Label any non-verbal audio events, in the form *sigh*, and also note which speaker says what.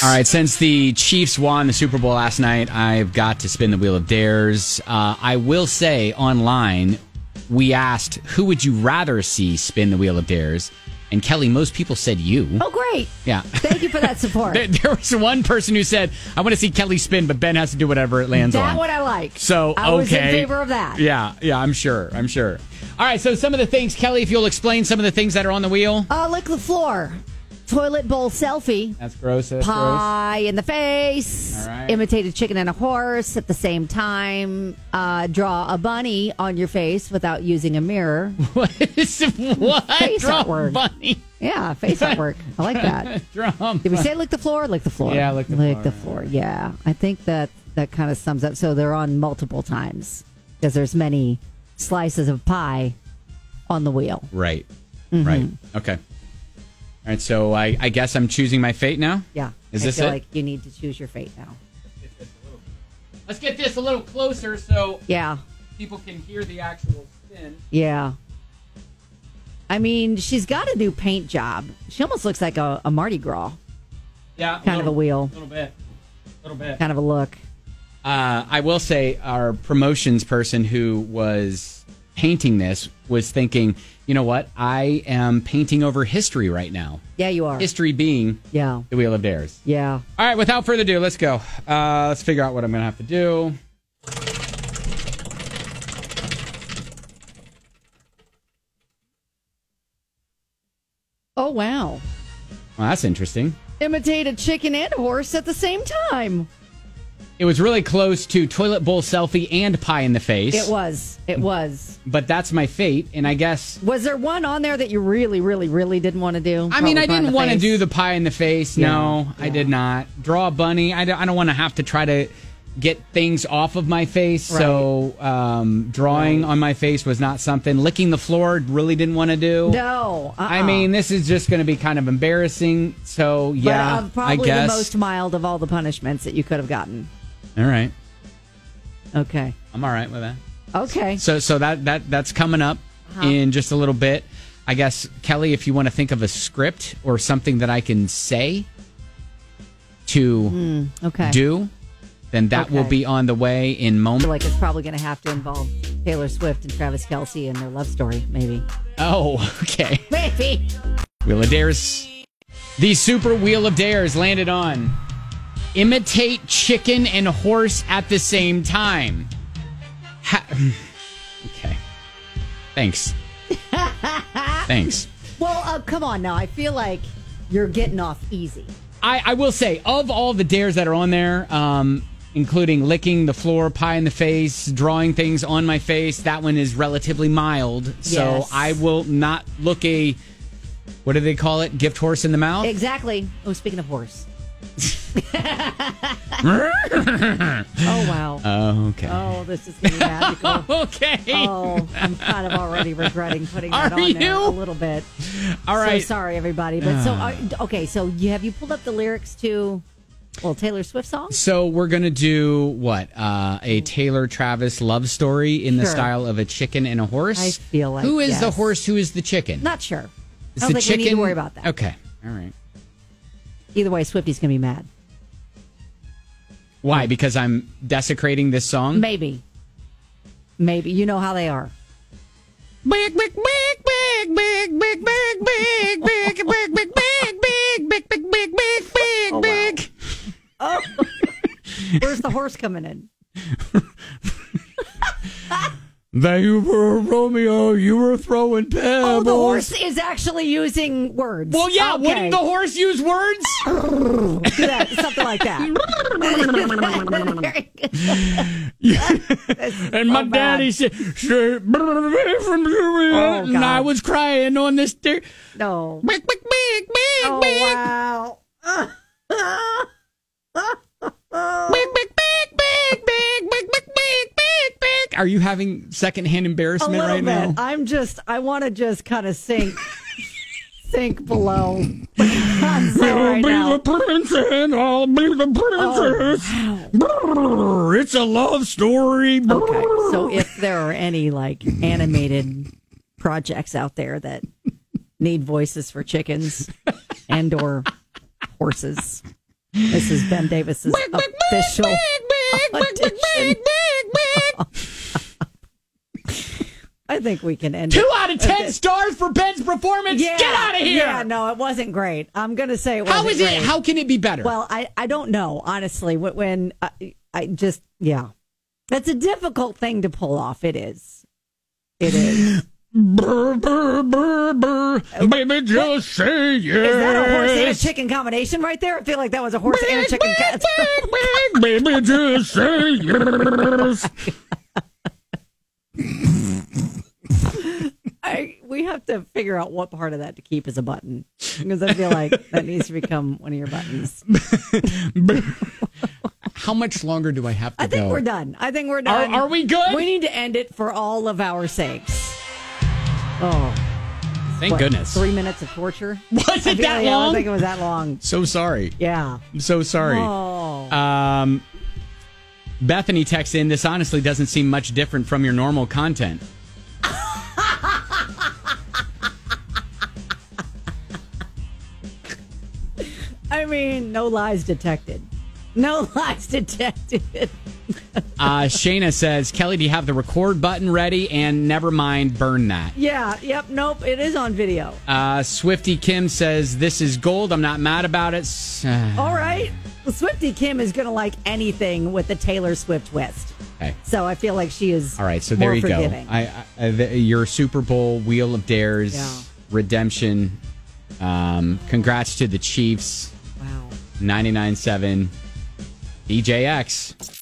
Speaker 1: Bucks.
Speaker 2: All right, since the Chiefs won the Super Bowl last night, I've got to spin the wheel of dares. Uh, I will say online, we asked who would you rather see spin the wheel of dares, and Kelly, most people said you.
Speaker 1: Oh, great.
Speaker 2: Yeah. *laughs*
Speaker 1: Thank you for that support.
Speaker 2: There, there was one person who said, "I want to see Kelly spin, but Ben has to do whatever it lands on."
Speaker 1: that one I like.
Speaker 2: So
Speaker 1: I was in
Speaker 2: okay.
Speaker 1: favor of that.
Speaker 2: Yeah, yeah, I'm sure. I'm sure. All right, so some of the things, Kelly, if you'll explain some of the things that are on the wheel.
Speaker 1: Uh, lick the floor. Toilet bowl selfie.
Speaker 2: That's gross. *laughs* That's
Speaker 1: pie in the face,
Speaker 2: All right.
Speaker 1: imitated chicken and a horse at the same time, uh, draw a bunny on your face without using
Speaker 2: *laughs*
Speaker 1: a mirror.
Speaker 2: gross. What? is- what?
Speaker 1: Face
Speaker 2: Draw
Speaker 1: artwork.
Speaker 2: bunny.
Speaker 1: Yeah, face artwork. I like that.
Speaker 2: Drum.
Speaker 1: Did we say lick the floor? Lick the floor.
Speaker 2: Yeah, lick the floor,
Speaker 1: the floor. Yeah, I think that that kind of sums up. So they're on multiple times because there's many slices of pie on the wheel.
Speaker 2: Right. Right.
Speaker 1: Mm-hmm.
Speaker 2: Okay. All right. So I, I guess I'm choosing my fate now.
Speaker 1: Yeah,
Speaker 2: Is
Speaker 1: I
Speaker 2: this
Speaker 1: feel
Speaker 2: it?
Speaker 1: like you need to choose your fate now?
Speaker 2: Let's get this a little closer so
Speaker 1: Yeah,
Speaker 2: people can hear the actual spin.
Speaker 1: Yeah. I mean, she's got a new paint job. She almost looks like a, a Mardi Gras
Speaker 2: Yeah.
Speaker 1: Kind of a wheel.
Speaker 2: little bit. A little bit.
Speaker 1: kind of a look.
Speaker 2: Uh, I will say our promotions person who was painting this was thinking, you know what? I am painting over history right now.
Speaker 1: Yeah, you are.
Speaker 2: History being
Speaker 1: Yeah.
Speaker 2: the Wheel of Dares.
Speaker 1: Yeah.
Speaker 2: All right, without further ado, let's go. Uh, let's figure out what I'm going to have to do.
Speaker 1: Oh, wow.
Speaker 2: Well, that's interesting.
Speaker 1: Imitate a chicken and a horse at the same time.
Speaker 2: It was really close to toilet bowl selfie and pie in the face.
Speaker 1: It was. It was.
Speaker 2: But that's my fate, and I guess.
Speaker 1: Was there one on there that you really, really, really didn't want to do?
Speaker 2: I mean, I didn't want to do
Speaker 1: the.
Speaker 2: the pie in the face. No, I did not. Draw a bunny. I don't, I don't want to have to try to get things off of my face. So, um, drawing on my face was not something. Licking the floor, really didn't want to do.
Speaker 1: No. Uh-uh.
Speaker 2: I mean, this is just going to be kind of embarrassing. So,
Speaker 1: But,
Speaker 2: yeah,
Speaker 1: uh,
Speaker 2: I
Speaker 1: probably
Speaker 2: guess.
Speaker 1: the most mild of all the punishments that you could have gotten.
Speaker 2: all right.
Speaker 1: Okay.
Speaker 2: I'm all right with that.
Speaker 1: Okay.
Speaker 2: So so that that that's coming up in just a little bit. I guess Kelly, if you want to think of a script or something that I can say to
Speaker 1: Okay.
Speaker 2: do, then that will
Speaker 1: Okay.
Speaker 2: be on the way in
Speaker 1: feel
Speaker 2: moment.
Speaker 1: like it's probably going to have to involve Taylor Swift and Travis Kelsey and their love story, maybe.
Speaker 2: Oh, *laughs* okay.
Speaker 1: Maybe.
Speaker 2: Wheel of Dares. The Super Wheel of Dares landed on imitate chicken and horse at the same time. Ha- *sighs* okay. Thanks. Thanks.
Speaker 1: Well, uh, come on now. I feel like you're getting off easy.
Speaker 2: I, I will say, of all the dares that are on there, um, including licking the floor, pie in the face, drawing things on my face, that one is relatively mild. So
Speaker 1: Yes.
Speaker 2: I will not look a, what do they call it? Gift horse in the mouth?
Speaker 1: Exactly. Oh, speaking of horse.
Speaker 2: *laughs*
Speaker 1: oh, wow.
Speaker 2: Oh, okay.
Speaker 1: oh, this is going to
Speaker 2: *laughs*
Speaker 1: be magical.
Speaker 2: okay.
Speaker 1: Oh, I'm kind of already regretting putting that
Speaker 2: Are
Speaker 1: on there
Speaker 2: you?
Speaker 1: a little bit.
Speaker 2: all right.
Speaker 1: So sorry, everybody. But so, uh, okay, so you have you pulled up the lyrics to, well, Taylor Swift song?
Speaker 2: So we're gonna do what? Uh, a Taylor Travis love story in the
Speaker 1: Sure.
Speaker 2: style of a chicken and a horse.
Speaker 1: I feel like
Speaker 2: who is the
Speaker 1: yes.
Speaker 2: horse? Who is the chicken?
Speaker 1: Not sure.
Speaker 2: Is
Speaker 1: I
Speaker 2: the
Speaker 1: don't think
Speaker 2: chicken.
Speaker 1: we need to worry about that.
Speaker 2: Okay. All right.
Speaker 1: Either way, Swifty's going to be mad.
Speaker 2: Why? Because I'm desecrating this song.
Speaker 1: Maybe. Maybe. You know how they are.
Speaker 2: Big, big, big, big, big, big, big, big, big, big, big, big, big, big, big, big, big, big, big.
Speaker 1: Where's the horse coming in?
Speaker 2: They were Romeo. You were throwing
Speaker 1: *laughs* Oh,
Speaker 2: pebbles.
Speaker 1: the horse is actually using words.
Speaker 2: Well, yeah.
Speaker 1: Okay.
Speaker 2: Wouldn't the horse use words?
Speaker 1: Do that, something like *laughs* that.
Speaker 2: And my
Speaker 1: so bad.
Speaker 2: daddy said, "Stay away from Juliet,"
Speaker 1: Oh,
Speaker 2: and I
Speaker 1: God.
Speaker 2: was crying on this stair.
Speaker 1: *laughs* no.
Speaker 2: Big, big, big, big,
Speaker 1: Oh,
Speaker 2: big,
Speaker 1: *laughs* wow.
Speaker 2: big, big, big, big, big, big, big, big, big, big. Are you having secondhand
Speaker 1: A
Speaker 2: embarrassment
Speaker 1: little
Speaker 2: right
Speaker 1: bit.
Speaker 2: now?
Speaker 1: I'm just, I want to just kind of *laughs* sink, sink below. *laughs* I'm sorry
Speaker 2: I'll be
Speaker 1: now.
Speaker 2: the princess. I'll be the princess.
Speaker 1: Oh,
Speaker 2: Brr, It's a love story. Brr.
Speaker 1: Okay. So if there are any like animated projects out there that need voices for chickens and or horses, This is Ben Davis's official audition. *laughs* I think we can end
Speaker 2: Two
Speaker 1: it.
Speaker 2: out of ten stars for Ben's performance. Get out of here.
Speaker 1: Yeah, no, it wasn't great. I'm going to say it wasn't
Speaker 2: How is it?
Speaker 1: great.
Speaker 2: How can it be better?
Speaker 1: Well, I, I don't know, honestly. Wh- When I, I just, yeah. That's a difficult thing to pull off. It is. It is.
Speaker 2: brr, brr, brr, brr. Baby, just say yes.
Speaker 1: Oh, Is that a horse and a chicken combination right there? I feel like that was a horse and a chicken. Co-
Speaker 2: Baby, just
Speaker 1: *laughs*
Speaker 2: say yes.
Speaker 1: I, we have to figure out what part of that to keep as a button because I feel like that needs to become one of your buttons.
Speaker 2: How much longer do I have to
Speaker 1: I think
Speaker 2: go?
Speaker 1: we're done. I think we're done.
Speaker 2: are we good?
Speaker 1: We need to end it for all of our sakes. Oh,
Speaker 2: Thank
Speaker 1: what,
Speaker 2: goodness.
Speaker 1: Three minutes of torture.
Speaker 2: *laughs* Was it
Speaker 1: Yeah,
Speaker 2: that
Speaker 1: yeah, I don't
Speaker 2: long?
Speaker 1: think it was that long.
Speaker 2: so sorry.
Speaker 1: Yeah.
Speaker 2: I'm so sorry.
Speaker 1: Oh.
Speaker 2: Um, Bethany texts in, this honestly doesn't seem much different from your normal content.
Speaker 1: I mean, no lies detected. No *laughs* lies detected. *laughs*
Speaker 2: Uh, Shayna says, Kelly, do you have the record button ready? And never mind, burn that.
Speaker 1: Yeah. Yep. Nope. It is on video.
Speaker 2: Uh, Swifty Kim says, This is gold. I'm not mad about it. S- uh,
Speaker 1: All right. Swifty Kim is going to like anything with the Taylor Swift twist.
Speaker 2: Okay.
Speaker 1: So I feel like she is.
Speaker 2: All right, so there
Speaker 1: more
Speaker 2: you
Speaker 1: forgiving.
Speaker 2: go. I, I, the, your Super Bowl Wheel of Dares
Speaker 1: Yeah.
Speaker 2: redemption. Um, congrats to the Chiefs,
Speaker 1: wow.
Speaker 2: E 99 7. DJX.